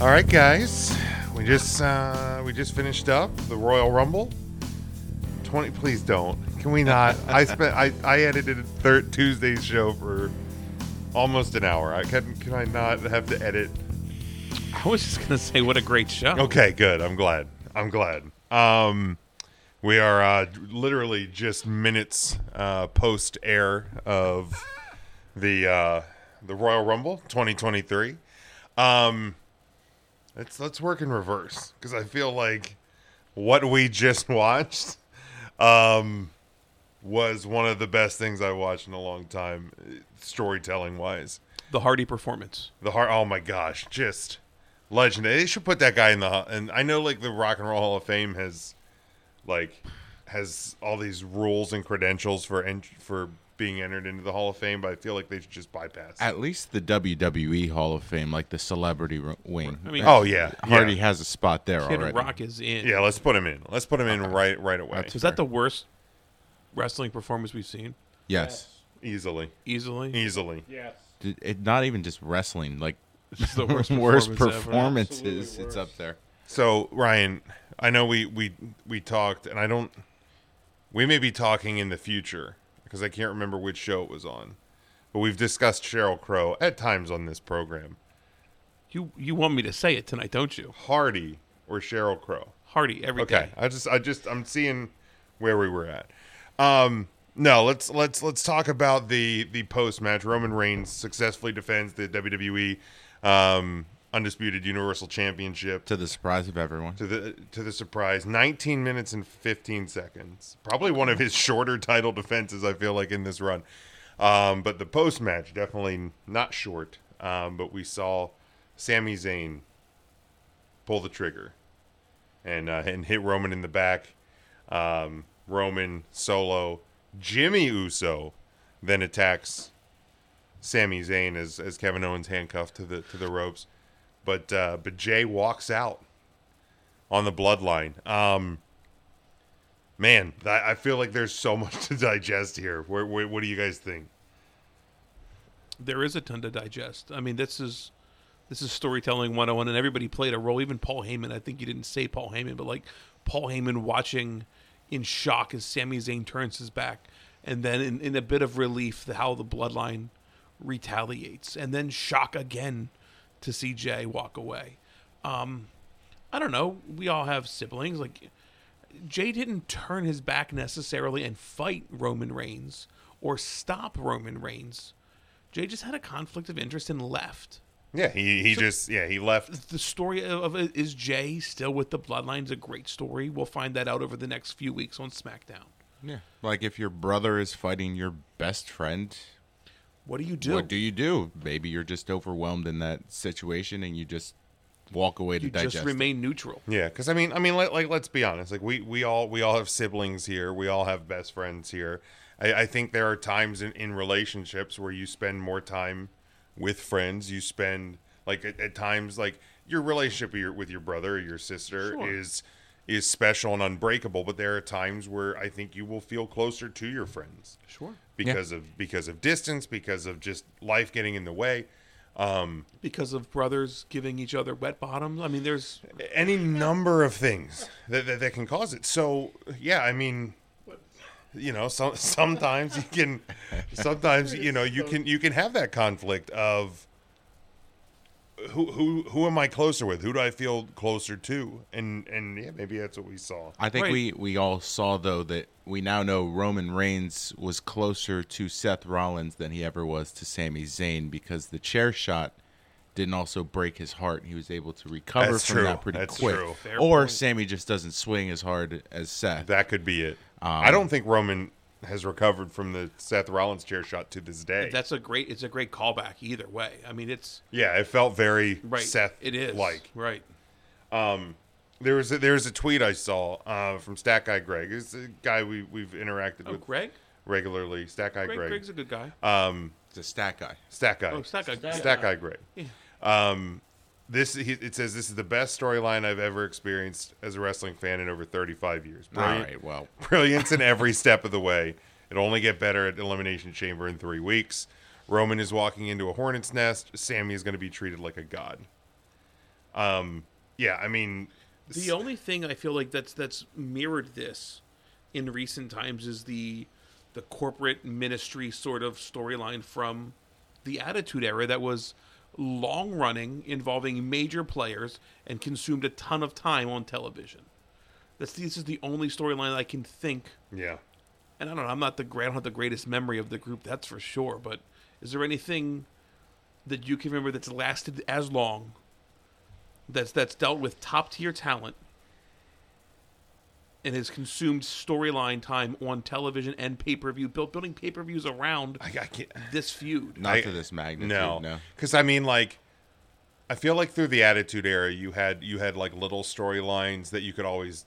All right, guys, we just uh, we just finished up the Royal Rumble. Twenty, please don't. Can we not? I spent I, I edited third Tuesday's show for almost an hour. I can can I not have to edit? I was just gonna say, what a great show. Okay, good. I'm glad. I'm glad. Um, we are uh, literally just minutes uh, post air of the uh, the Royal Rumble 2023. Um, let's let's work in reverse because I feel like what we just watched um, was one of the best things I watched in a long time, storytelling wise. The Hardy performance. The heart. Oh my gosh, just legendary. They should put that guy in the. And I know like the Rock and Roll Hall of Fame has, like, has all these rules and credentials for en- for being entered into the Hall of Fame, but I feel like they should just bypass. it. At least the WWE Hall of Fame, like the celebrity ro- wing. I mean, oh yeah, Hardy Yeah. has a spot there Kid already. Rock is in. Yeah, let's put him in. Let's put him in right right away. That's- Was that the worst wrestling performance we've seen? Yes, Easily, Easily. easily. Yes. D- it, not even just wrestling, like It's the worst performance worst ever. performances. Absolutely It's worst. up there. So Ryan, I know we we we talked, and I don't. We may be talking in the future because I can't remember which show it was on, but we've discussed Cheryl Crow at times on this program. You you want me to say it tonight, don't you? Hardy or Cheryl Crow? Hardy every day. Okay, I just I just I'm seeing where we were at. Um, no, let's let's let's talk about the the post match. Roman Reigns successfully defends the WWE um, Undisputed Universal Championship To the surprise of everyone, to the to the surprise 19 minutes and 15 seconds probably one of his shorter title defenses i feel like in this run um, but the post match definitely not short um, but we saw Sami Zayn pull the trigger and uh, and hit Roman in the back um, Roman solo Jimmy Uso then attacks Sami Zayn as, as Kevin Owens handcuffed to the to the ropes but uh, but Jay walks out on the bloodline. Um, man, I, I feel like there's so much to digest here. Where, where, what do you guys think? There is a ton to digest. I mean, this is this is storytelling 101 and everybody played a role, even Paul Heyman. I think you didn't say Paul Heyman, but like Paul Heyman watching in shock as Sami Zayn turns his back and then in, in a bit of relief the how the bloodline retaliates and then shock again to see Jay walk away. Um I don't know. We all have siblings. Like Jay didn't turn his back necessarily and fight Roman Reigns or stop Roman Reigns. Jay just had a conflict of interest and left. Yeah, he he just yeah he left. The story of, of is Jay still with the Bloodline is a great story. We'll find that out over the next few weeks on SmackDown. yeah. Like if your brother is fighting your best friend, What do you do? what do you do? Maybe you're just overwhelmed in that situation and you just walk away to You digest. just it. remain neutral. Yeah, because I mean I mean like, like let's be honest. Like we we all we all have siblings here. We all have best friends here. I, I think there are times in, in relationships where you spend more time with friends. You spend like at, at times like your relationship with your, with your brother or your sister Sure. is is special and unbreakable. But there are times where I think you will feel closer to your friends. Sure. because of because of distance, because of just life getting in the way. Um, Because of brothers giving each other wet bottoms. I mean, there's any number of things that, that that can cause it. So yeah, I mean, you know, some sometimes you can, sometimes you know you can you can have that conflict of who who who am I closer with? Who do I feel closer to? And and yeah, maybe that's what we saw. I think Right. we, we all saw though that we now know Roman Reigns was closer to Seth Rollins than he ever was to Sami Zayn because the chair shot didn't also break his heart. He was able to recover That's from true. that pretty That's quick. true. Fair Or Sammy just doesn't swing as hard as Seth. That could be it. Um, I don't think Roman has recovered from the Seth Rollins chair shot to this day. that's a great it's a great callback either way. I mean, it's Yeah, it felt very right. Seth it is like. right. There was a, there was a tweet I saw uh, from Stack Guy Greg. It's a guy we we've interacted Oh, with Greg. regularly. Stack Guy Greg, Greg. Greg's a good guy. um, It's a stat guy. Stack Guy. oh, it's not good. Stack- Stack Guy Greg. Um, this he, it says this is the best storyline I've ever experienced as a wrestling fan in over 35 years. All Brilliant, right, well. brilliance in every step of the way. It'll only get better at Elimination Chamber in three weeks. Roman is walking into a hornet's nest. Sammy is going to be treated like a god. Um, yeah, I mean, The only thing I feel like that's that's mirrored this in recent times is the the corporate ministry sort of storyline from the Attitude Era that was long running, involving major players, and consumed a ton of time on television. That's this is the only storyline I can think. yeah. And I don't know. I'm not the great. I don't have the greatest memory of the group. That's for sure. But is there anything that you can remember that's lasted as long? That's that's dealt with top tier talent and has consumed storyline time on television and pay per view, built building pay per views around I, I can't. this feud. Not I- to this magnitude. No, No. because I mean, like, I feel like through the Attitude Era, you had you had like little storylines that you could always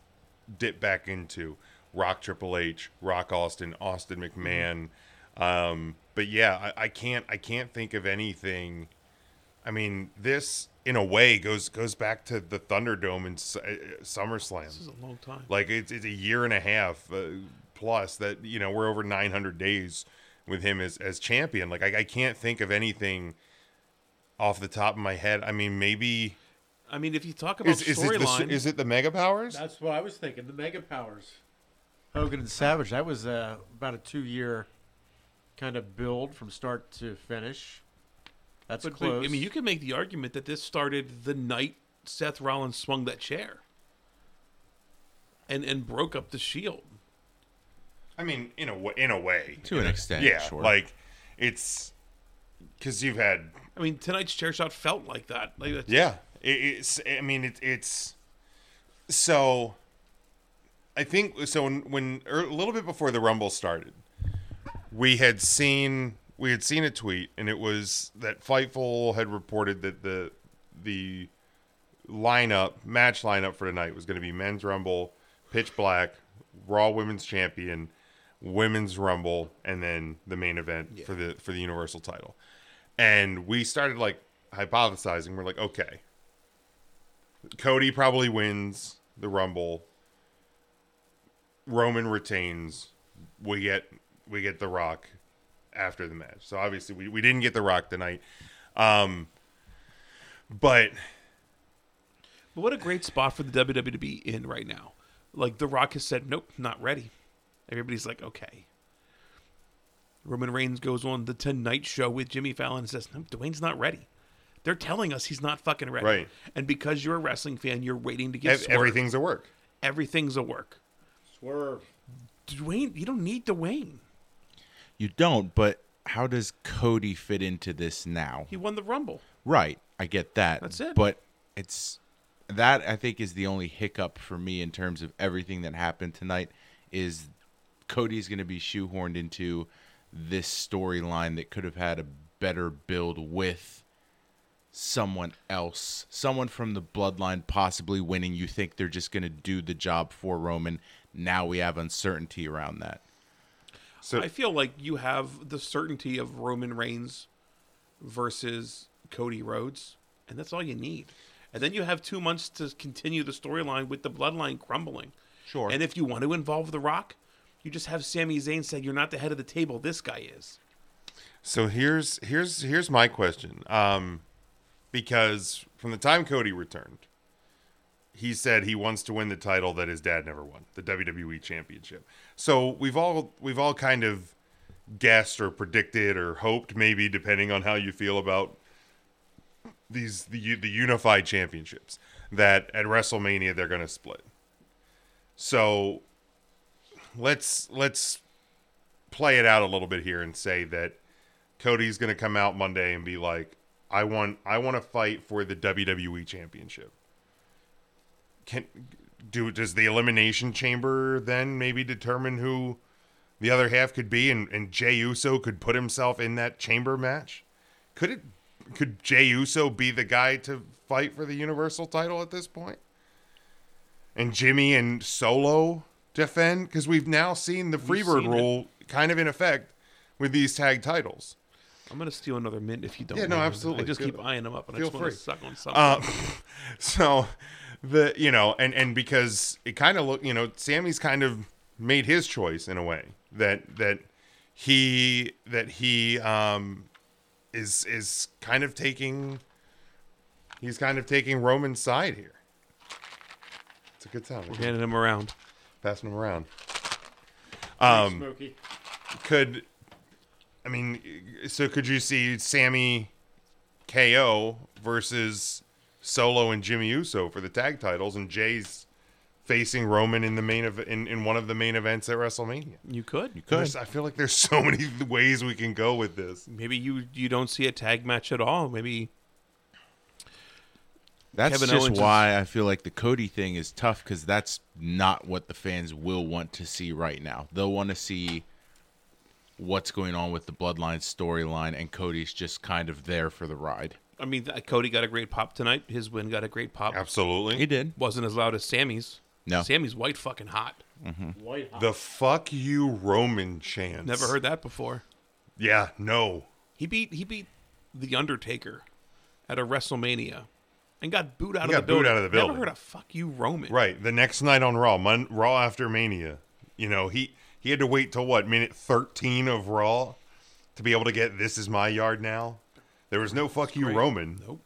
dip back into. Rock Triple H, Rock Austin, Austin Mm-hmm. McMahon. Um, but yeah, I, I can't I can't think of anything. I mean, this in a way goes goes back to the Thunderdome and S- uh, SummerSlam. This is a long time. Like it's it's a year and a half uh, plus that you know we're over 900 days with him as as champion. Like I, I can't think of anything off the top of my head. I mean, maybe I mean, if you talk about is, is it the, storyline, is it the Mega Powers? That's what I was thinking. The Mega Powers, Hogan and Savage. That was uh, about a two-year kind of build from start to finish. That's but, but, close. I mean, you can make the argument that this started the night Seth Rollins swung that chair and and broke up the Shield. I mean, in a way, in a way, To an extent, yeah. sure. Like it's because you've had I mean, tonight's chair shot felt like that. Like that's, Yeah, it, it's. I mean, it, it's. So, I think so. When, when or a little bit before the Rumble started, we had seen we had seen a tweet, and it was that Fightful had reported that the the lineup match lineup for tonight was going to be men's Rumble, Pitch Black, Raw Women's Champion, Women's Rumble, and then the main event for the for the Universal Title and we started like hypothesizing. We're like, okay, Cody probably wins the Rumble. Roman retains. We get we get the Rock after the match. So obviously we, we didn't get the Rock tonight, um, but But what a great spot for the WWE to be in right now. Like The Rock has said, nope, not ready. Everybody's like, okay. Roman Reigns goes on the Tonight Show with Jimmy Fallon and says, nope, Dwayne's not ready. They're telling us he's not fucking ready. Right. And because you're a wrestling fan, you're waiting to get ev- swerved. everything's a work. Everything's a work. swerve. Dwayne, you don't need Dwayne. You don't, but how does Cody fit into this now? He won the Rumble. Right. I get that. That's it. But it's that I think is the only hiccup for me in terms of everything that happened tonight is Cody's going to be shoehorned into this storyline that could have had a better build with someone else, someone from the bloodline possibly winning. You think they're just going to do the job for Roman. Now we have uncertainty around that. So I feel like you have the certainty of Roman Reigns versus Cody Rhodes, and that's all you need. And then you have two months to continue the storyline with the bloodline crumbling. Sure. And if you want to involve The Rock, you just have Sami Zayn say, You're not the head of the table. This guy is. So here's here's here's my question. Um, because from the time Cody returned, he said he wants to win the title that his dad never won, the WWE Championship. So we've all we've all kind of guessed or predicted or hoped, maybe depending on how you feel about these the u- the unified championships that at WrestleMania they're going to split. So let's let's play it out a little bit here and say that Cody's going to come out Monday and be like, "I want I want to fight for the WWE championship." Can do does the elimination chamber then maybe determine who the other half could be and and Jey Uso could put himself in that chamber match? Could it could Jey Uso be the guy to fight for the universal title at this point? and Jimmy and Solo defend because we've now seen the Freebird seen rule kind of in effect with these tag titles. I'm going to steal another mint if you don't. Yeah, no, mind. absolutely. I just Feel- keep eyeing them up, and I feel just want free. to suck on something. Uh, so the you know and and because it kind of look you know Sammy's kind of made his choice in a way that that he that he um is is kind of taking he's kind of taking Roman's side here. It's a good time. We're handing him around. Passing him around. Smokey. Could I mean so could you see Sammy KO versus Solo and Jimmy Uso for the tag titles and Jay's facing Roman in the main of in, in one of the main events at WrestleMania? You could. There's- I feel like there's so many ways we can go with this. Maybe you you don't see a tag match at all. Maybe That's Kevin just Owens is- why I feel like the Cody thing is tough because that's not what the fans will want to see right now. They'll want to see what's going on with the Bloodline storyline, and Cody's just kind of there for the ride. I mean th- Cody got a great pop tonight. His win got a great pop. Absolutely. did. Wasn't as loud as Sammy's. No. Sammy's white fucking hot. White hot. The fuck you Roman chance. Never heard that before. Yeah, no. He beat he beat the Undertaker at a WrestleMania and got booed out He of got the booed building. out of the building. Never heard of fuck you Roman. Right. The next night on Raw, Mon- Raw after Mania, you know, he he had to wait till what minute thirteen of Raw to be able to get "This is my yard now." There was no "fuck you, great. Roman." Nope.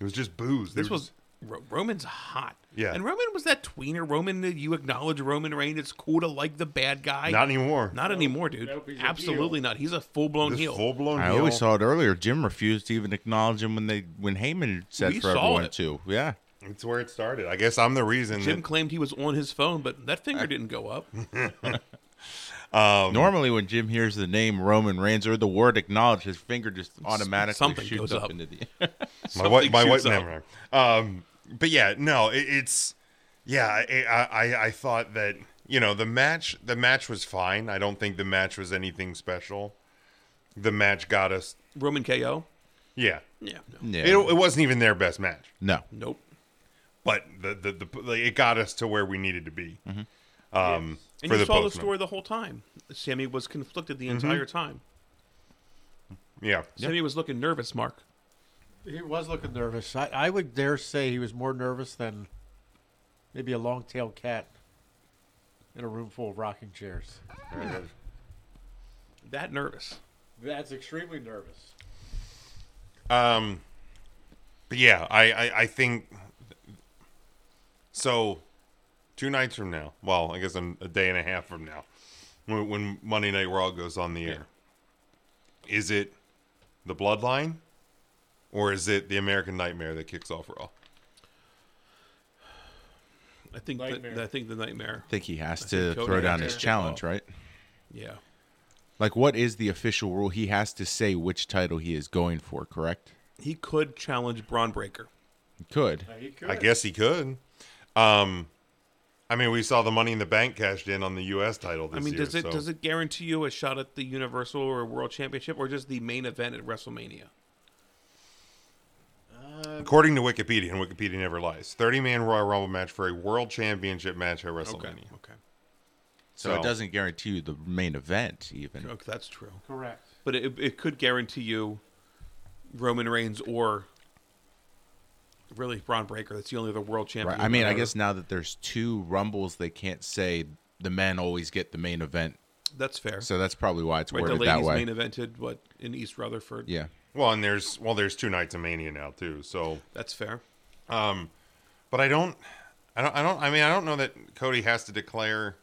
It was just booze. This was Ro- Roman's hot. Yeah. And Roman was that tweener Roman that you acknowledge Roman Reign. It's cool to like the bad guy. not anymore. Not anymore, dude. Nope, he's a Absolutely heel. not. He's a full blown this heel. full blown. I always saw it earlier. Jim refused to even acknowledge him when they when Heyman said We for saw everyone it. to. Yeah. It's where it started. I guess I'm the reason. Jim that- claimed he was on his phone, but that finger didn't go up. Normally, when Jim hears the name Roman Reigns or the word acknowledge, his finger just automatically something shoots goes up, up. into the my wife, Something my wife, shoots up. never. Um, but yeah, no, it, it's yeah. I, I I- I thought that you know the match the match was fine. I don't think the match was anything special. The match got us. Roman KO. Yeah, Yeah. No. yeah. It, it wasn't even their best match, no. Nope. but the the, the like, it got us to where we needed to be. Um, And for you the saw the post match. story the whole time. Sammy was conflicted the Mm-hmm. entire time. Yeah, Sammy was looking nervous, Mark. He was looking nervous. I, I would dare say he was more nervous than maybe a long-tailed cat in a room full of rocking chairs. That nervous. That's extremely nervous. Um, but yeah, I, I, I think so. Two nights from now, well, I guess a, a day and a half from now, when, when Monday Night Raw goes on the air, is it the Bloodline, or is it the American Nightmare that kicks off Raw? I think. The, Nightmare. I think the nightmare. I think he has to think Cody throw has down to his kick challenge, off. right? Yeah. Like, what is the official rule? He has to say which title he is going for, correct? He could challenge Braun Breaker. He could. He could. I guess he could. Um, I mean, we saw the Money in the Bank cashed in on the U.S. title this I mean, year. does it so- does it guarantee you a shot at the Universal or World Championship or just the main event at WrestleMania? According to Wikipedia, and Wikipedia never lies, 30 man Royal Rumble match for a world championship match at WrestleMania. Okay. Okay. So, So- it doesn't guarantee you the main event, even. Okay, that's true. Correct. But it, it could guarantee you Roman Reigns or really Braun Breaker. That's the only other world champion. Right. I mean, I guess now that there's two rumbles, they can't say the men always get the main event. that's fair. So that's probably why it's right, the worded ladies that way. main evented what in East Rutherford. yeah. Well, and there's well, there's two nights of Mania now too. So, that's fair. but I don't, I don't, I don't. I mean, I don't know that Cody has to declare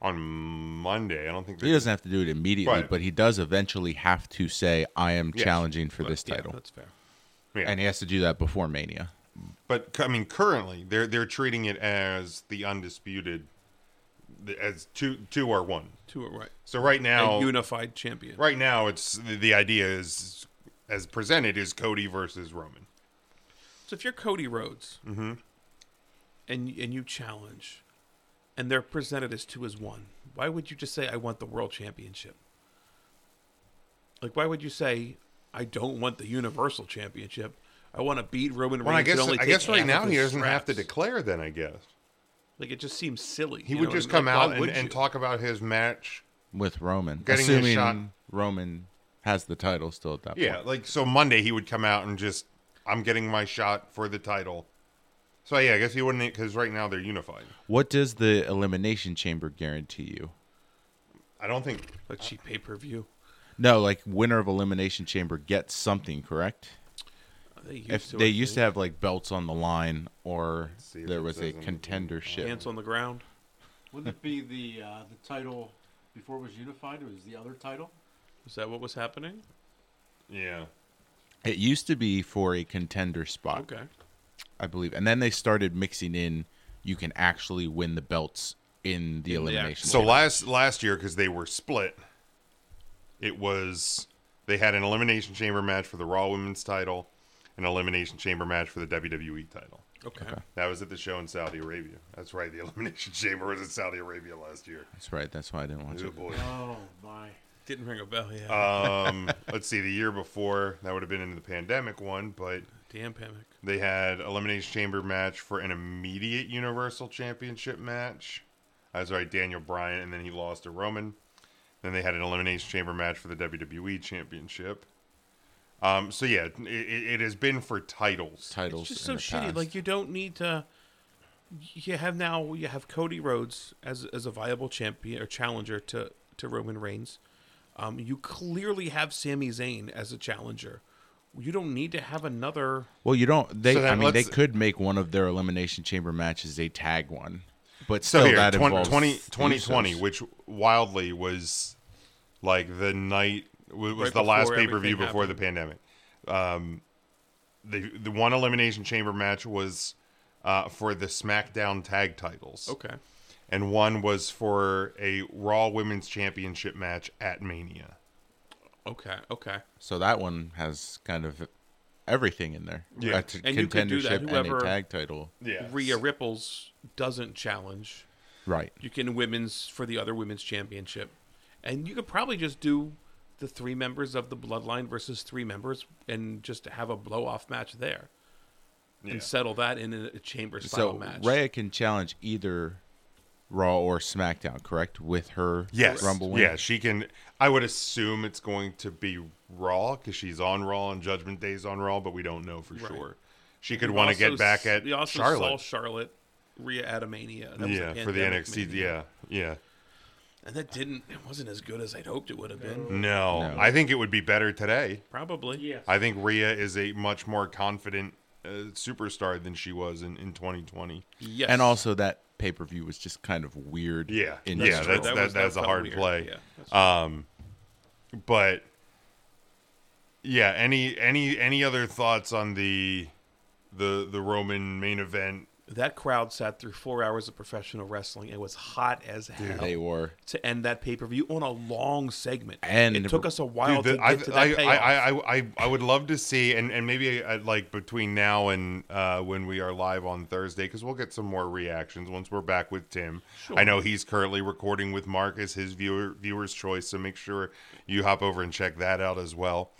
on Monday. I don't think He doesn't have to do it immediately, Right. but he does eventually have to say, I am Yes. challenging for this Yeah, title. that's fair. Yeah. And he has to do that before Mania. But I mean, currently they're they're treating it as the undisputed, as two two or one. Two are right. So right now, A unified champion. right now, it's the, the idea is as presented is Cody versus Roman. So if you're Cody Rhodes, Mm-hmm. and and you challenge, and they're presented as two as one, why would you just say I want the world championship? Like, why would you say I don't want the universal championship? I want to beat Roman Reigns. Well, I and guess only I take guess right half now of he his doesn't have to straps." declare. Then I guess Like, it just seems silly. he you would know what I just mean? come Like, why out and, would and you? talk about his match. with Roman. Getting his assuming shot. Roman has the title still at that Yeah, point. like so Monday he would come out and just I'm getting my shot for the title. So yeah, I guess he wouldn't because right now they're unified. What does the elimination chamber guarantee you? I don't think a cheap pay per view. No, like winner of elimination chamber gets something, correct? They used if to, they I used to think. have like belts on the line or see if there it was says a on the- contendership. hands on the ground. Wouldn't it be the uh, the title before it was unified? It was the other title. Is that what was happening? Yeah. It used to be for a contender spot, Okay. I believe, and then they started mixing in. You can actually win the belts in the In the elimination. actual- So chamber. last last year, because they were split, it was they had an elimination chamber match for the Raw Women's title, an elimination chamber match for the WWE title. Okay. That was at the show in Saudi Arabia. That's right, the elimination chamber was in Saudi Arabia last year. that's right. That's why I didn't watch Oh it. boy. Oh my! Didn't ring a bell. Yeah. Uh, Um, let's see, the year before that would have been in the pandemic one, but Damn panic. They had Elimination Chamber match for an immediate Universal Championship match. That's right, Daniel Bryan, and then he lost to Roman. Then they had an Elimination Chamber match for the WWE Championship. Um, so yeah, it, it, it has been for titles. Titles. It's just so in the shitty. past. Like you don't need to. You have now you have Cody Rhodes as as a viable champion or challenger to to Roman Reigns. Um, you clearly have Sami Zayn as a challenger. You don't need to have another. Well, you don't. They. So then I mean, they let's- could make one of their elimination chamber matches a tag one, but So still here, that 20, involves 20, the 2020, Usos. which wildly was like the night was Right the last before pay per view everything before the pandemic. Um, the the one elimination chamber match was uh, for the SmackDown tag titles. Okay. and one was for a Raw Women's Championship match at Mania. Okay. Okay. So that one has kind of everything in there. Yeah. A t- And you could do contendership that, whoever- and a tag title. Yeah, Rhea Ripples doesn't challenge. Right. You can women's for the other women's championship, and you could probably just do the three members of the Bloodline versus three members, and just have a blow off match there, Yeah. and settle that in a, a chamber style So match. Rhea can challenge either Raw or SmackDown, correct? With her Yes, Rumble win. yeah, she can. I would assume it's going to be Raw because she's on Raw and Judgment Day's on Raw, but we don't know for Right. sure. She could We want to also get back s- at we also saw Charlotte. Charlotte Rhea at a Mania. That was yeah, a for the pandemic NXT. Mania. Yeah, and that didn't. It wasn't as good as I'd hoped it would have been. yeah. No, No. I think it would be better today. Probably. Yes. I think Rhea is a much more confident uh, superstar than she was in, in 2020. Yes. And also that pay per view was just kind of weird. Yeah, In yeah, general. that's- that- was- that's a felt hard weird. play. Uh, Yeah. that's- but yeah any any any other thoughts on the the the roman main event that crowd sat through four hours of professional wrestling. It was hot as hell. they were. to end that pay per view on a long segment. And- it took us a while Dude, to the- get I, to that I, payoff. I, I, I, I would love to see and, and maybe I, like between now and uh, when we are live on thursday because we'll get some more reactions once we're back with tim i know he's currently recording with mark as his viewer viewer's choice so make sure you hop over and check that out as well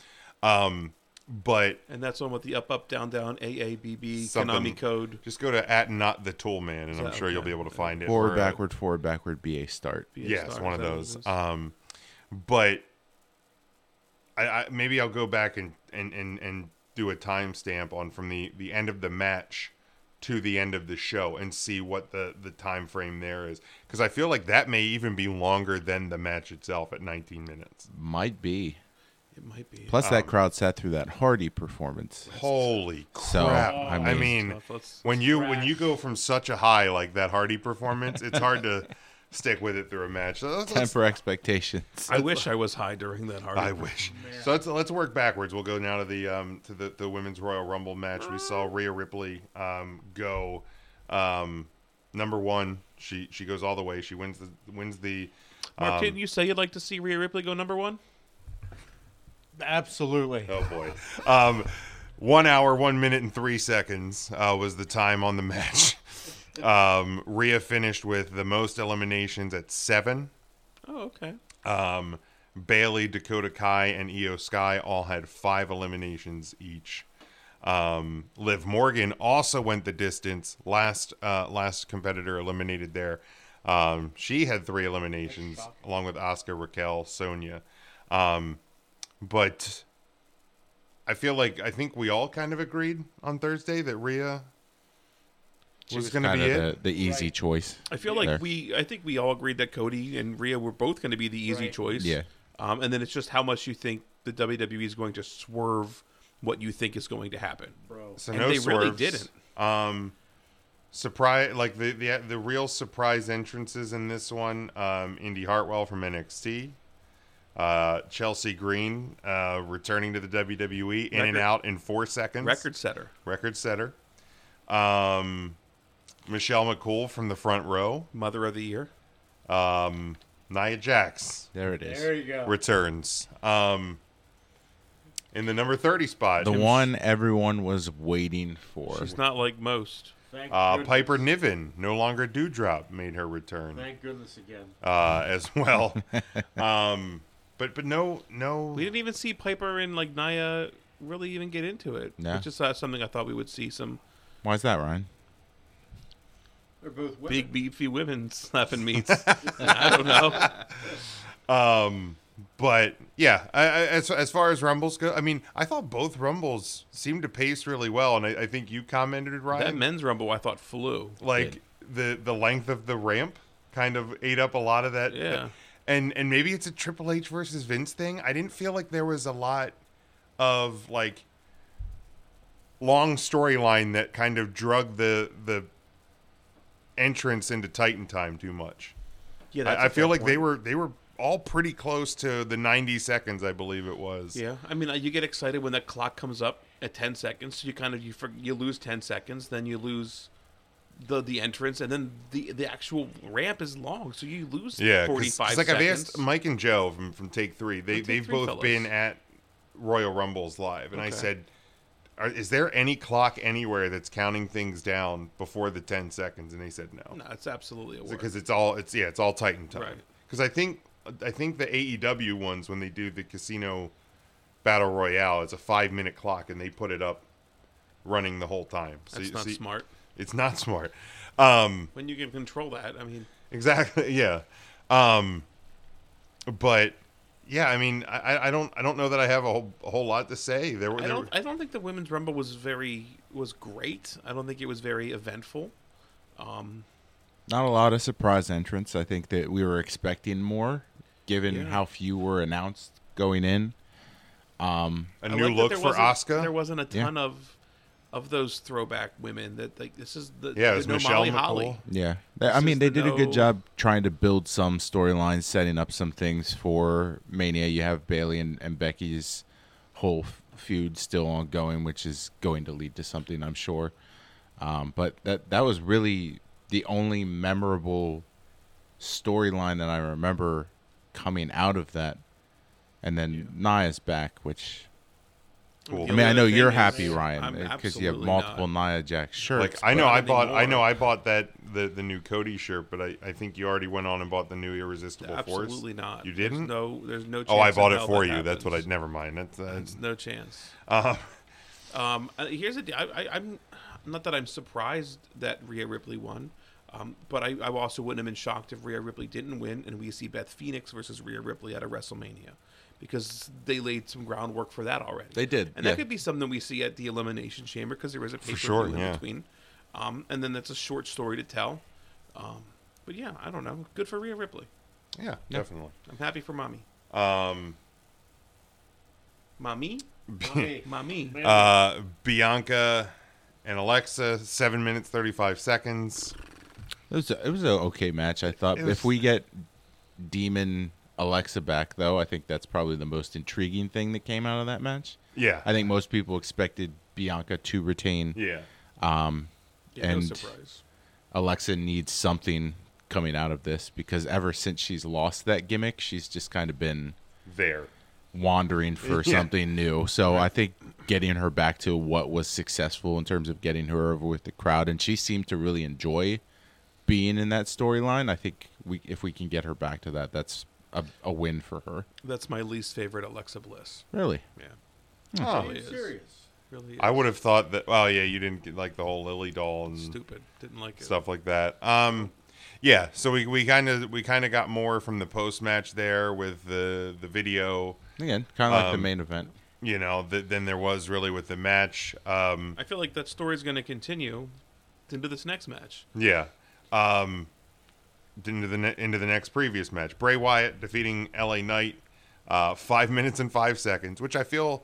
um, but and that's on with the up, up, down, down, AABB, Something- Konami code, just go to at not the tool man and i'm that sure you'll okay? be able to find it Forward, or- backward, forward, backward, BA start. BA Yes, star, one of is that what it those. is? Um, but I, I maybe I'll go back and and and, and do a timestamp on from the the end of the match to the end of the show and see what the the time frame there is because I feel like that may even be longer than the match itself at 19 minutes. Might be. it might be. Plus that crowd sat through that Hardy performance. Holy So, crap! I I mean- mean, Let's- when you when you go from such a high like that Hardy performance, it's hard to stick with it through a match. So let's- let's Temper expectations. I wish I was high during that hard. I wish. So let's let's work backwards. We'll go now to the um to the, the women's Royal Rumble match. We saw Rhea Ripley um go um number one. She she goes all the way. She wins the wins the Mark, um, didn't you say you'd like to see Rhea Ripley go number one? Absolutely. oh boy. Um one hour, one minute and three seconds uh, was the time on the match. Um Rhea finished with the most eliminations at seven. Oh, okay. Um Bailey, Dakota Kai, and Io Sky all had five eliminations each. Um, Liv Morgan also went the distance. Last uh, last competitor eliminated there. Um, she had three eliminations along with Oscar, Raquel, Sonia. Um, but I feel like I think we all kind of agreed on Thursday that Rhea was, going to Kind be of it. the, the easy choice. I feel There. like we, I think we all agreed that Cody and Rhea were both going to be the easy Right. choice. Yeah. E Um, and then it's just how much you think the WWE is going to swerve what you think is going to happen. bro. So And no they really swerves. didn't. Um, surprise, like the, the the real surprise entrances in this one. Um, Indy Hartwell from NXT, uh, Chelsea Green uh, returning to the WWE, in and Record- out in four seconds, Record setter. record setter. Um, Michelle McCool from the front row. Mother of the year. Um, Nia Jax There it is. There you go. returns. Um, in the number thirty spot, the one everyone was waiting for. She's not like most. Thank Uh, goodness. Piper Niven, no longer Dewdrop, made her return. Thank goodness again. uh, as well. um, but but no no We didn't even see Piper and like Naya really even get into it, No. which is uh, something I thought we would see some Why is that, Ryan? They're both women. big beefy women slapping meats. I don't know. um but yeah I, I, as as far as rumbles go I mean I thought both rumbles seemed to pace really well and I, I think you commented That Ryan men's rumble I thought flew. like the the length of the ramp kind of ate up a lot of that Yeah. and and maybe it's a Triple H versus Vince thing I didn't feel like there was a lot of like long storyline that kind of drug the the entrance into Titan time too much. Yeah, I, I feel like they were they were all pretty close to the 90 seconds, I believe it was. Yeah, I mean, uh, you get excited when that clock comes up at ten seconds. So you kind of you for, you lose ten seconds, then you lose the the entrance, and then the the actual ramp is long, so you lose yeah. 'cause- forty five cause, like I've seconds. asked Mike and Joe from from Take Three. They Take they've Three both fellas. been at Royal Rumbles live, and I Okay. said, Are, "Is there any clock anywhere that's counting things down before the 10 seconds?" And they said, "No, no, it's absolutely a because word. it's all it's yeah it's all Titan time." Right. Because I think I think the AEW ones when they do the casino battle royale, it's a five minute clock, and they put it up running the whole time. So That's you- not so you- smart. It's not smart. Um, When you can control that, I mean, exactly. Yeah. Um, but yeah, I mean, I- I, I don't, I don't know that I have a whole, a whole lot to say. There were, I there were don't I don't think the women's rumble was very was great. I don't think it was very eventful. Um, Not a lot of surprise entrants. I think that we were expecting more, given Yeah. how few were announced going in. a I new like that look there for wasn't- Oscar. There wasn't a Yeah. ton of of those throwback women that like this is the yeah, it the was no Michelle Molly Holly. McCool. Yeah, They- I This mean is they the did a good no- job trying to build some storylines, setting up some things for Mania. You have Bailey and, and Becky's whole f- feud still ongoing, which is going to lead to something, I'm sure. Um, but that that was really the only memorable storyline that I remember coming out of that. And then Nia's back, which Cool. The I mean, I only know other thing you're is- happy, I'm Ryan, because you have absolutely multiple not. Nia Jack shirts. Like I know not I bought I anymore. know I bought that the, the new Cody shirt, but I, I think you already went on and bought the new Irresistible Force. Absolutely not. You There's didn't? no, there's no. Chance Oh, I in bought it hell for that you. That's what I. happens. Never mind. That's, that's There's no chance. uh, Um, uh, here's the. di- I, I, I'm not that I'm surprised that Rhea Ripley won, um, but I, I also wouldn't have been shocked if Rhea Ripley didn't win, and we see Beth Phoenix versus Rhea Ripley at a WrestleMania, because they laid some groundwork for that already. They did, and yeah. that could be something we see at the Elimination Chamber because there is a pay per view sure, in yeah. between, um, and then that's a short story to tell. Um, but yeah, I don't know. Good for Rhea Ripley. yeah, definitely. I'm happy for mommy. Um, Mommy, Mommy. mommy. Man, uh, Bianca and Alexa, seven minutes thirty five seconds. It was a, it was an okay match. I thought It was- if we get Demon Alexa back though, I think that's probably the most intriguing thing that came out of that match. Yeah, I think most people expected Bianca to retain. yeah. Yeah, And- no surprise. Alexa needs something coming out of this because ever since she's lost that gimmick, she's just kind of been There. wandering for Yeah. something new. So I think getting her back to what was successful in terms of getting her over with the crowd, and she seemed to really enjoy being in that storyline. I think we, if we can get her back to that, that's a, a win for her. That's my least favorite Alexa Bliss. Really, Yeah, Oh. are you is. serious? really. I is. would have thought that. Oh yeah, you didn't get like the whole Lily doll and stupid. Didn't like it. stuff like that. Um, yeah. So we we kind of we kind of got more from the post match there with the the video. again, kind of like the Um, main event. You know, th- than there was really with the match. Um, I feel like that story's going to continue into this next match. Yeah. Um, into the ne- into the next previous match, Bray Wyatt defeating L.A. Knight, uh, five minutes and five seconds, which I feel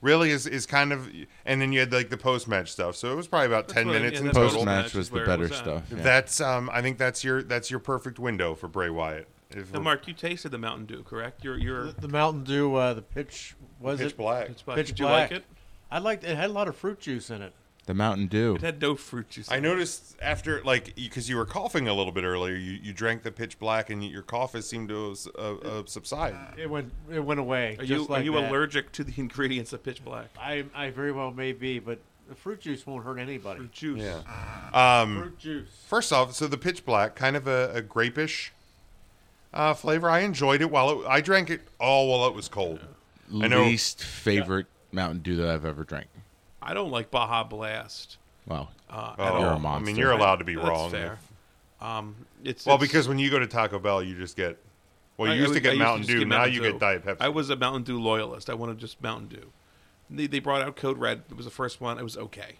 really is is kind of. And then you had like the post match stuff, so it was probably about ten what I- minutes yeah, in that's what I total. Post match is was the where it better was at. stuff. yeah. That's um, I think that's your that's your perfect window for Bray Wyatt. If Now, we're- Mark, you tasted the Mountain Dew, correct? You're you're. The, the Mountain Dew, uh, the pitch was pitch it? black. Pitch Black. Pitch Did you Black. like it? I liked it. Had a lot of fruit juice in it. the Mountain Dew. It had no fruit juice. I in it. noticed after like because you were coughing a little bit earlier, you, you drank the pitch black and your cough has seemed to uh, uh, subside. It went. It went away. Are just you like are you that. allergic to the ingredients of Pitch Black? I, I very well may be, but the fruit juice won't hurt anybody. Fruit juice. Yeah. Fruit juice. First off, so the pitch black, kind of a, a grapish uh, flavor. I enjoyed it while it, I drank it all while it was cold. I know- Least favorite Mountain Dew that I've ever drank. I don't like Baja Blast. Wow. Uh, at Oh, You're a I all. mean, monster. you're allowed to be That's wrong. fair. Um, it's Well, it's- because when you go to Taco Bell, you just get. Well, you I- I used to would- I get Mountain just Dew. get Now Mountain you Dew. get Diet Pepsi. I was a Mountain Dew loyalist. I wanted just Mountain Dew. They, they brought out Code Red. It was the first one. It was okay.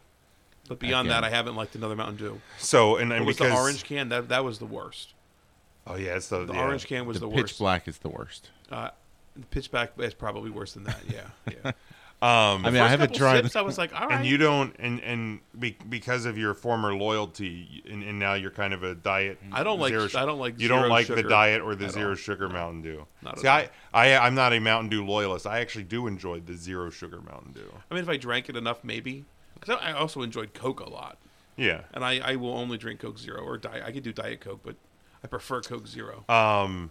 But beyond Again. that, I haven't liked another Mountain Dew. so and, It and was because the orange can. That that was the worst. Oh yeah, it's the, The yeah. orange can was The, the, pitch worst. black is the worst. Uh, the pitch black is probably worse than that. Yeah. yeah. Um, I mean, First I haven't couple tried. sips, I was like, all right. and you don't and and be, because of your former loyalty and, and now you're kind of a diet I don't like- zero, su- I don't like you zero don't like the sugar diet or the at zero all. sugar mountain dew Not at see I, I i'm not a mountain dew loyalist i actually do enjoy the zero sugar mountain dew I mean, if I drank it enough, maybe. Because I I also enjoyed Coke a lot, yeah and I, I will only drink Coke Zero or Diet. I could do Diet Coke, but I prefer Coke Zero. um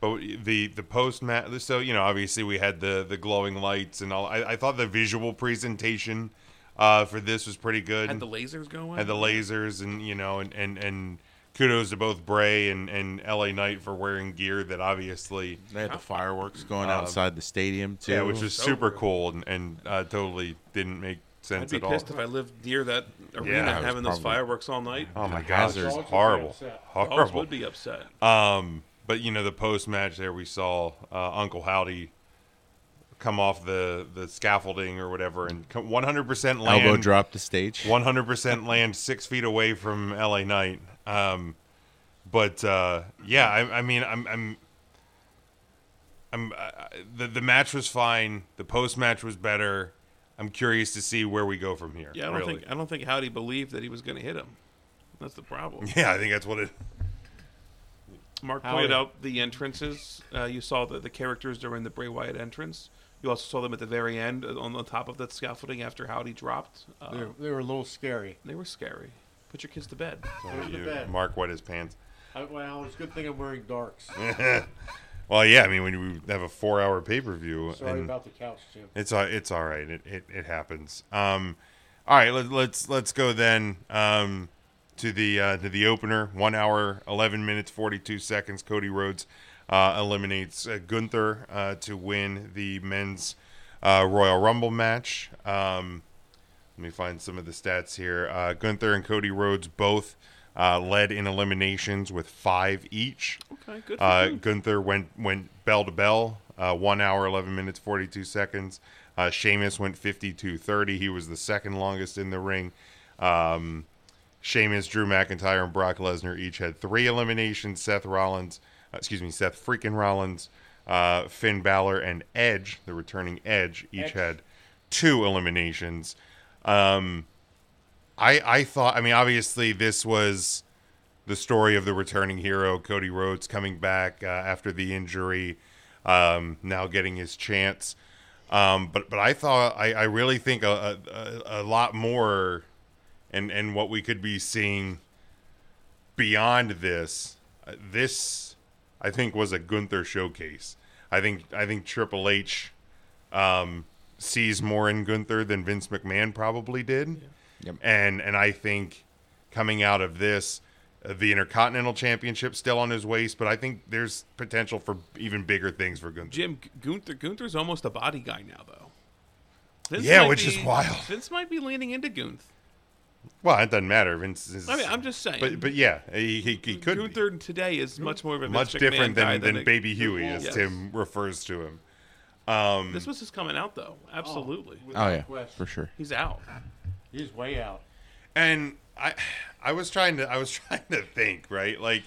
but the the post match so you know obviously we had the the glowing lights and all i, I thought the visual presentation uh for this was pretty good had the lasers going. had the lasers and you know and and and kudos to both Bray and and LA Knight for wearing gear that obviously They had the fireworks Um, going outside the stadium too. yeah, which was so super good. cool and, and uh, totally didn't make I'd sense be at all. pissed if I lived near that arena Yeah, I was having those probably- fireworks all night. oh my gosh, Hazards. it was Dogs would be horrible, upset. Dogs horrible. would be upset. Um, but you know the post match there we saw uh, Uncle Howdy come off the the scaffolding or whatever and 100 percent land Elbow drop the stage. One hundred percent land six feet away from L.A. Knight. Um, but uh, yeah, I, I mean, I'm, I'm, I'm uh, the the match was fine. The post match was better. I'm curious to see where we go from here. Yeah, I don't really. think I don't think Howdy believed that he was going to hit him. That's the problem. Yeah, I think that's what it. Mark Howdy. pointed out the entrances. Uh, you saw the, the characters during the Bray Wyatt entrance. You also saw them at the very end uh, on the top of that scaffolding after Howdy dropped. Uh, Mm. They were, they were a little scary. They were scary. Put your kids to bed. Put 'em to You- bed. Mark wet his pants. I, well, it's a good thing I'm wearing darks. Well, yeah, I mean, when we have a four hour pay per view, Sorry about the couch, Jim. It's all it's all right. It it, it happens. Um, all right. Let, let's let's go then um, to the uh, to the opener. One hour, eleven minutes, forty two seconds. Cody Rhodes uh, eliminates uh, Gunther uh, to win the men's uh, Royal Rumble match. Um, let me find some of the stats here. Uh, Gunther and Cody Rhodes both uh, led in eliminations with five each. Okay, good. For Uh, you. Gunther went went bell to bell, uh, one hour eleven minutes forty two seconds. Uh, Sheamus went fifty two thirty. He was the second longest in the ring. Um, Sheamus, Drew McIntyre, and Brock Lesnar each had three eliminations. Seth Rollins, uh, excuse me, Seth freaking Rollins, uh, Finn Balor, and Edge, the returning Edge, each Edge. had two eliminations. Um, I I thought. I mean, obviously, this was the story of the returning hero Cody Rhodes coming back uh, after the injury, um, now getting his chance. Um, but but I thought I, I really think a, a, a a lot more, and and what we could be seeing beyond this. uh, This I think was a Gunther showcase. I think I think Triple H um, sees more in Gunther than Vince McMahon probably did. Yep. And and I think coming out of this, uh, the Intercontinental Championship still on his waist, but I think there's potential for even bigger things for Gunther. Jim G- Gunther. Gunther's almost a body guy now, though. Vince Yeah, might which is wild. Vince might be leaning into Gunther. Well, it doesn't matter. Vince is. I mean, I'm just saying. But but yeah, he he, he could be. Gunther today is much more of a much Vince McMahon different guy than than, a- Baby Huey, as Yes. Tim refers to him. This was his coming out though. Absolutely, Oh yeah, Question. for sure. he's out. He's way out. and I I was trying to I was trying to think right like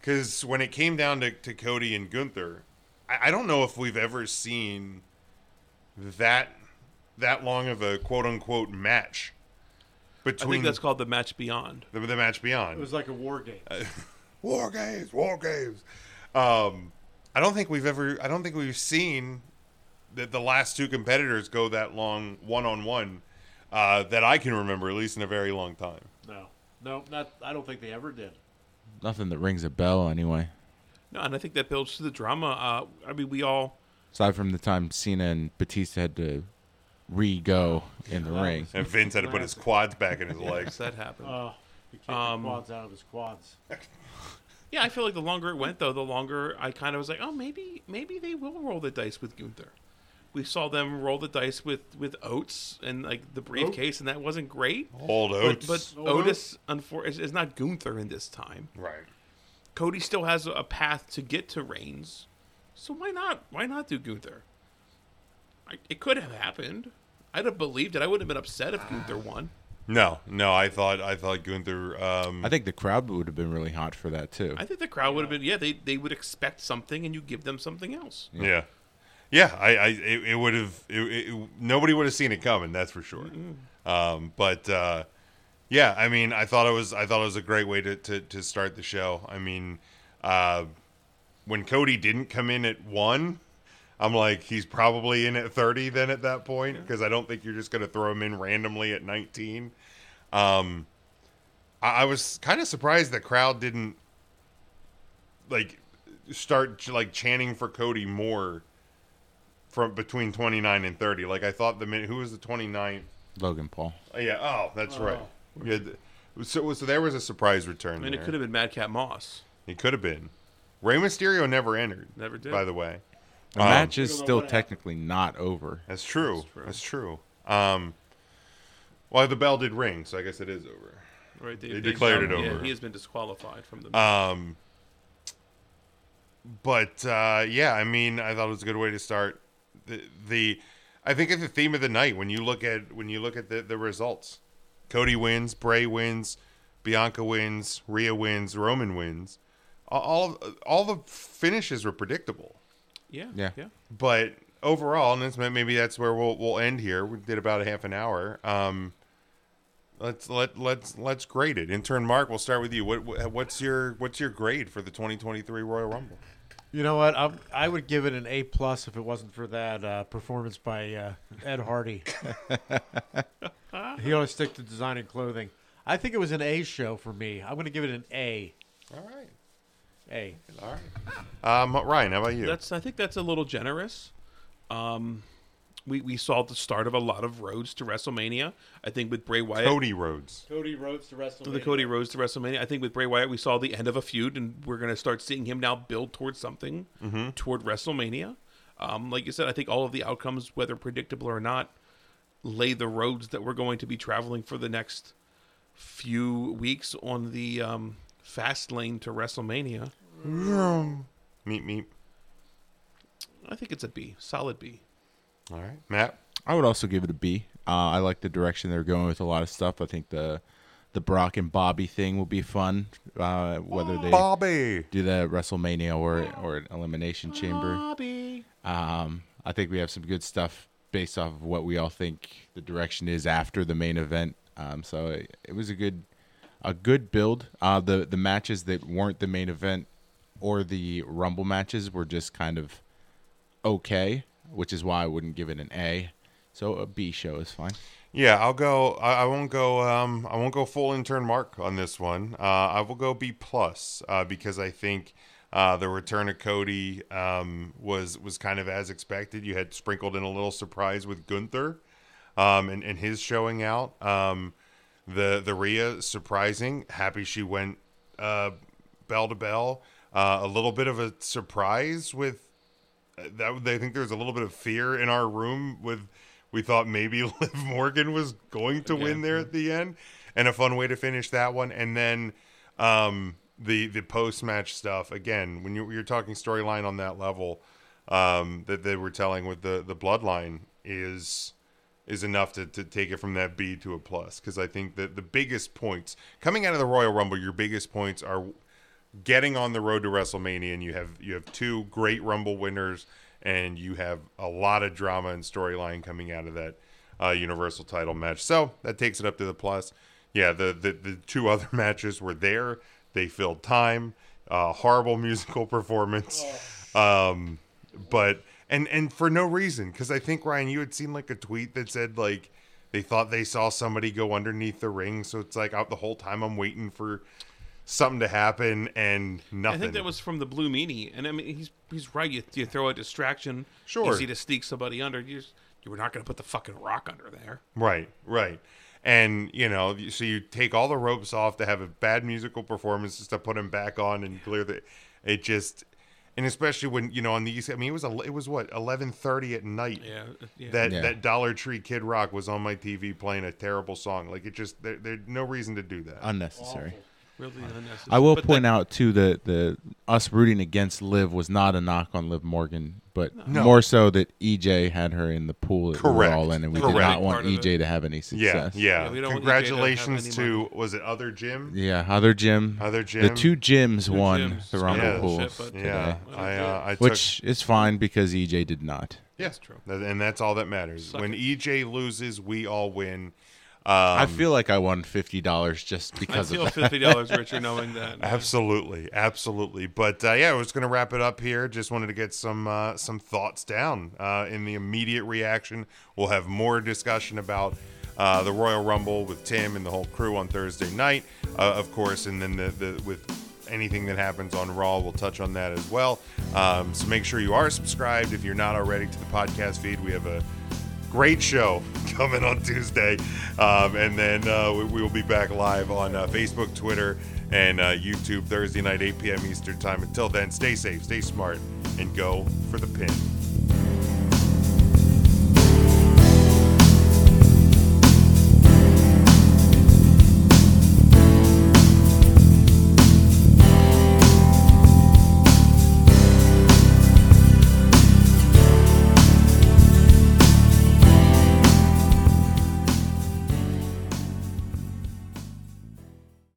because when it came down to, to Cody and Gunther I, I don't know if we've ever seen that that long of a quote unquote match I think between that's called the match beyond. the, the match It beyond was like a war game. Uh, war games, war games. Um, I don't think we've ever. I don't think we've seen that the last two competitors go that long one on one that I can remember, at least in a very long time. no, no, not. I don't think they ever did. Nothing that rings a bell anyway. No, and I think that builds to the drama. Uh, I mean, we all Aside from the time Cena and Batista had to re go in the that ring. was- And Vince had to put his quads back in his legs. that happened. Oh, he kicked Um, the quads out of his quads. yeah, I feel like the longer it went though, the longer I kind of was like, oh, maybe maybe they will roll the dice with Gunther. We saw them roll the dice with with Oates and like the briefcase, and that wasn't great. Old But, oats, but Old Otis, unfortunately, is not Gunther in this time. right? Cody still has a path to get to Reigns, so why not? Why not do Gunther? I, it could have happened. I'd have believed it. I wouldn't have been upset if Ah. Gunther won. No, no. I thought I thought Gunther. Um, I think the crowd would have been really hot for that too. I think the crowd would have been yeah. They they would expect something, and you give them something else. yeah, yeah. I, I it, it would have. It, it, nobody would have seen it coming. That's for sure. Um, but uh, yeah, I mean, I thought it was. I thought it was a great way to to, to start the show. I mean, uh, when Cody didn't come in at one. I'm like he's probably in at 30 then at that point because I don't think you're just going to throw him in randomly at 19. Um, I, I was kind of surprised the crowd didn't like start ch- like chanting for Cody more from between 29 and 30. Like I thought the minute who was the 29th? Logan Paul. Oh, yeah, oh, that's right. Yeah, th- so so there was a surprise return. I mean, it there. could have been Madcap Moss. It could have been. Rey Mysterio never entered. Never did. By the way, The Um, match is We don't know still what happened. technically not over. That's true. That's true. true. Um, well, the bell did ring, so I guess it is over. Right? They declared it yeah, over. he has been disqualified from the. Um, but uh, yeah, I mean, I thought it was a good way to start the the. I think it's the theme of the night when you look at when you look at the the results. Cody wins, Bray wins, Bianca wins, Rhea wins, Roman wins. A- All all the finishes were predictable, yeah, yeah, Yeah. yeah. but overall, and this may- maybe that's where we'll we'll end here. We did about a half an hour. Um, let's let let's let's grade it. Intern Mark, we'll start with you. What, what what's your what's your grade for the 2023 Royal Rumble? You know what? I'm, I would give it an A plus if it wasn't for that uh, performance by uh, Ed Hardy. he always stick to design and clothing. I think it was an A show for me. I'm going to give it an A. All right, A. all right. Um, Ryan, how about you? That's I think that's a little generous. Um, we we saw the start of a lot of roads to WrestleMania. I think with Bray Wyatt. Cody Rhodes. Cody Rhodes to wrestle. The Cody Rhodes to WrestleMania. I think with Bray Wyatt, we saw the end of a feud, and we're going to start seeing him now build towards something toward WrestleMania. Um, like you said, I think all of the outcomes, whether predictable or not, lay the roads that we're going to be traveling for the next few weeks on the um, fast lane to WrestleMania. Meet meet. I think it's a B, solid B. All right, Matt. I would also give it a B. Uh, I like the direction they're going with a lot of stuff. I think the the Brock and Bobby thing will be fun, uh, whether they Bobby. do that at WrestleMania or or an Elimination Chamber. Bobby. Um, I think we have some good stuff based off of what we all think the direction is after the main event. Um, so it, it was a good a good build. Uh, the the matches that weren't the main event or the Rumble matches were just kind of okay, which is why I wouldn't give it an A. So a B show is fine. Yeah, I'll go. I, I won't go. Um, I won't go full intern mark on this one. Uh, I will go B plus uh, because I think uh, the return of Cody um, was was kind of as expected. You had sprinkled in a little surprise with Gunther um, and and his showing out. Um, the the Rhea surprising. Happy she went uh, bell to bell. Uh, a little bit of a surprise with that they think there was a little bit of fear in our room with we thought maybe Liv Morgan was going to win there at the end and a fun way to finish that one and then um the the post match stuff again when you, you're talking storyline on that level um that they were telling with the the bloodline is is enough to, to take it from that B to a plus because I think that the biggest points coming out of the Royal Rumble your biggest points are getting on the road to WrestleMania, and you have you have two great Rumble winners, and you have a lot of drama and storyline coming out of that uh, Universal title match. So that takes it up to the plus. Yeah, the, the, the two other matches were there. They filled time. Uh, horrible musical performance. Um, but and and for no reason because I think Ryan, you had seen like a tweet that said like they thought they saw somebody go underneath the ring, so it's like out the whole time I'm waiting for something to happen and nothing. I think that was from the Blue Meanie, and I mean he's he's right. You, you throw a distraction, Sure. easy to sneak somebody under. You just, you were not going to put the fucking rock under there. Right, right. And, you know, you- so you take all the ropes off to have a bad musical performance just to put them back on and clear the it just and especially when, you know, on the East, I mean, it was a, it was what 11:30 at night. Yeah, uh, yeah. That Yeah. that Dollar Tree Kid Rock was on my TV playing a terrible song. Like it just there there's no reason to do that. Unnecessary. really unnecessary. I will But point out too that the us rooting against Liv was not a knock on Liv Morgan, but No. more so that EJ had her in the pool that we Correct. were all in, and we did Correct. not want Part of it. EJ to have any yeah, success. yeah. Yeah, we don't want EJ to have Congratulations any to was it other Jim? yeah. Other Jim, Other the Jim? two gyms won gyms. the Rumble Yeah. pool, Shit, but- Yeah. Today. I uh, I took which is fine because EJ did not. Yeah. That's true. Th- And that's all that matters. Suck when EJ loses, we all win. Um, I feel like I won fifty dollars just I because of feel that. fifty dollars richer knowing that. absolutely, absolutely. But uh, yeah, I was going to wrap it up here. Just wanted to get some uh, some thoughts down uh, in the immediate reaction. We'll have more discussion about uh, the Royal Rumble with Tim and the whole crew on Thursday night, uh, of course, and then the, the with anything that happens on Raw. We'll touch on that as well. Um, so make sure you are subscribed if you're not already to the podcast feed. We have a great show coming on Tuesday. Um, and then uh, we, we will be back live on uh, Facebook, Twitter, and uh, YouTube Thursday night, 8 p.m. Eastern Time. Until then, stay safe, stay smart, and go for the pin.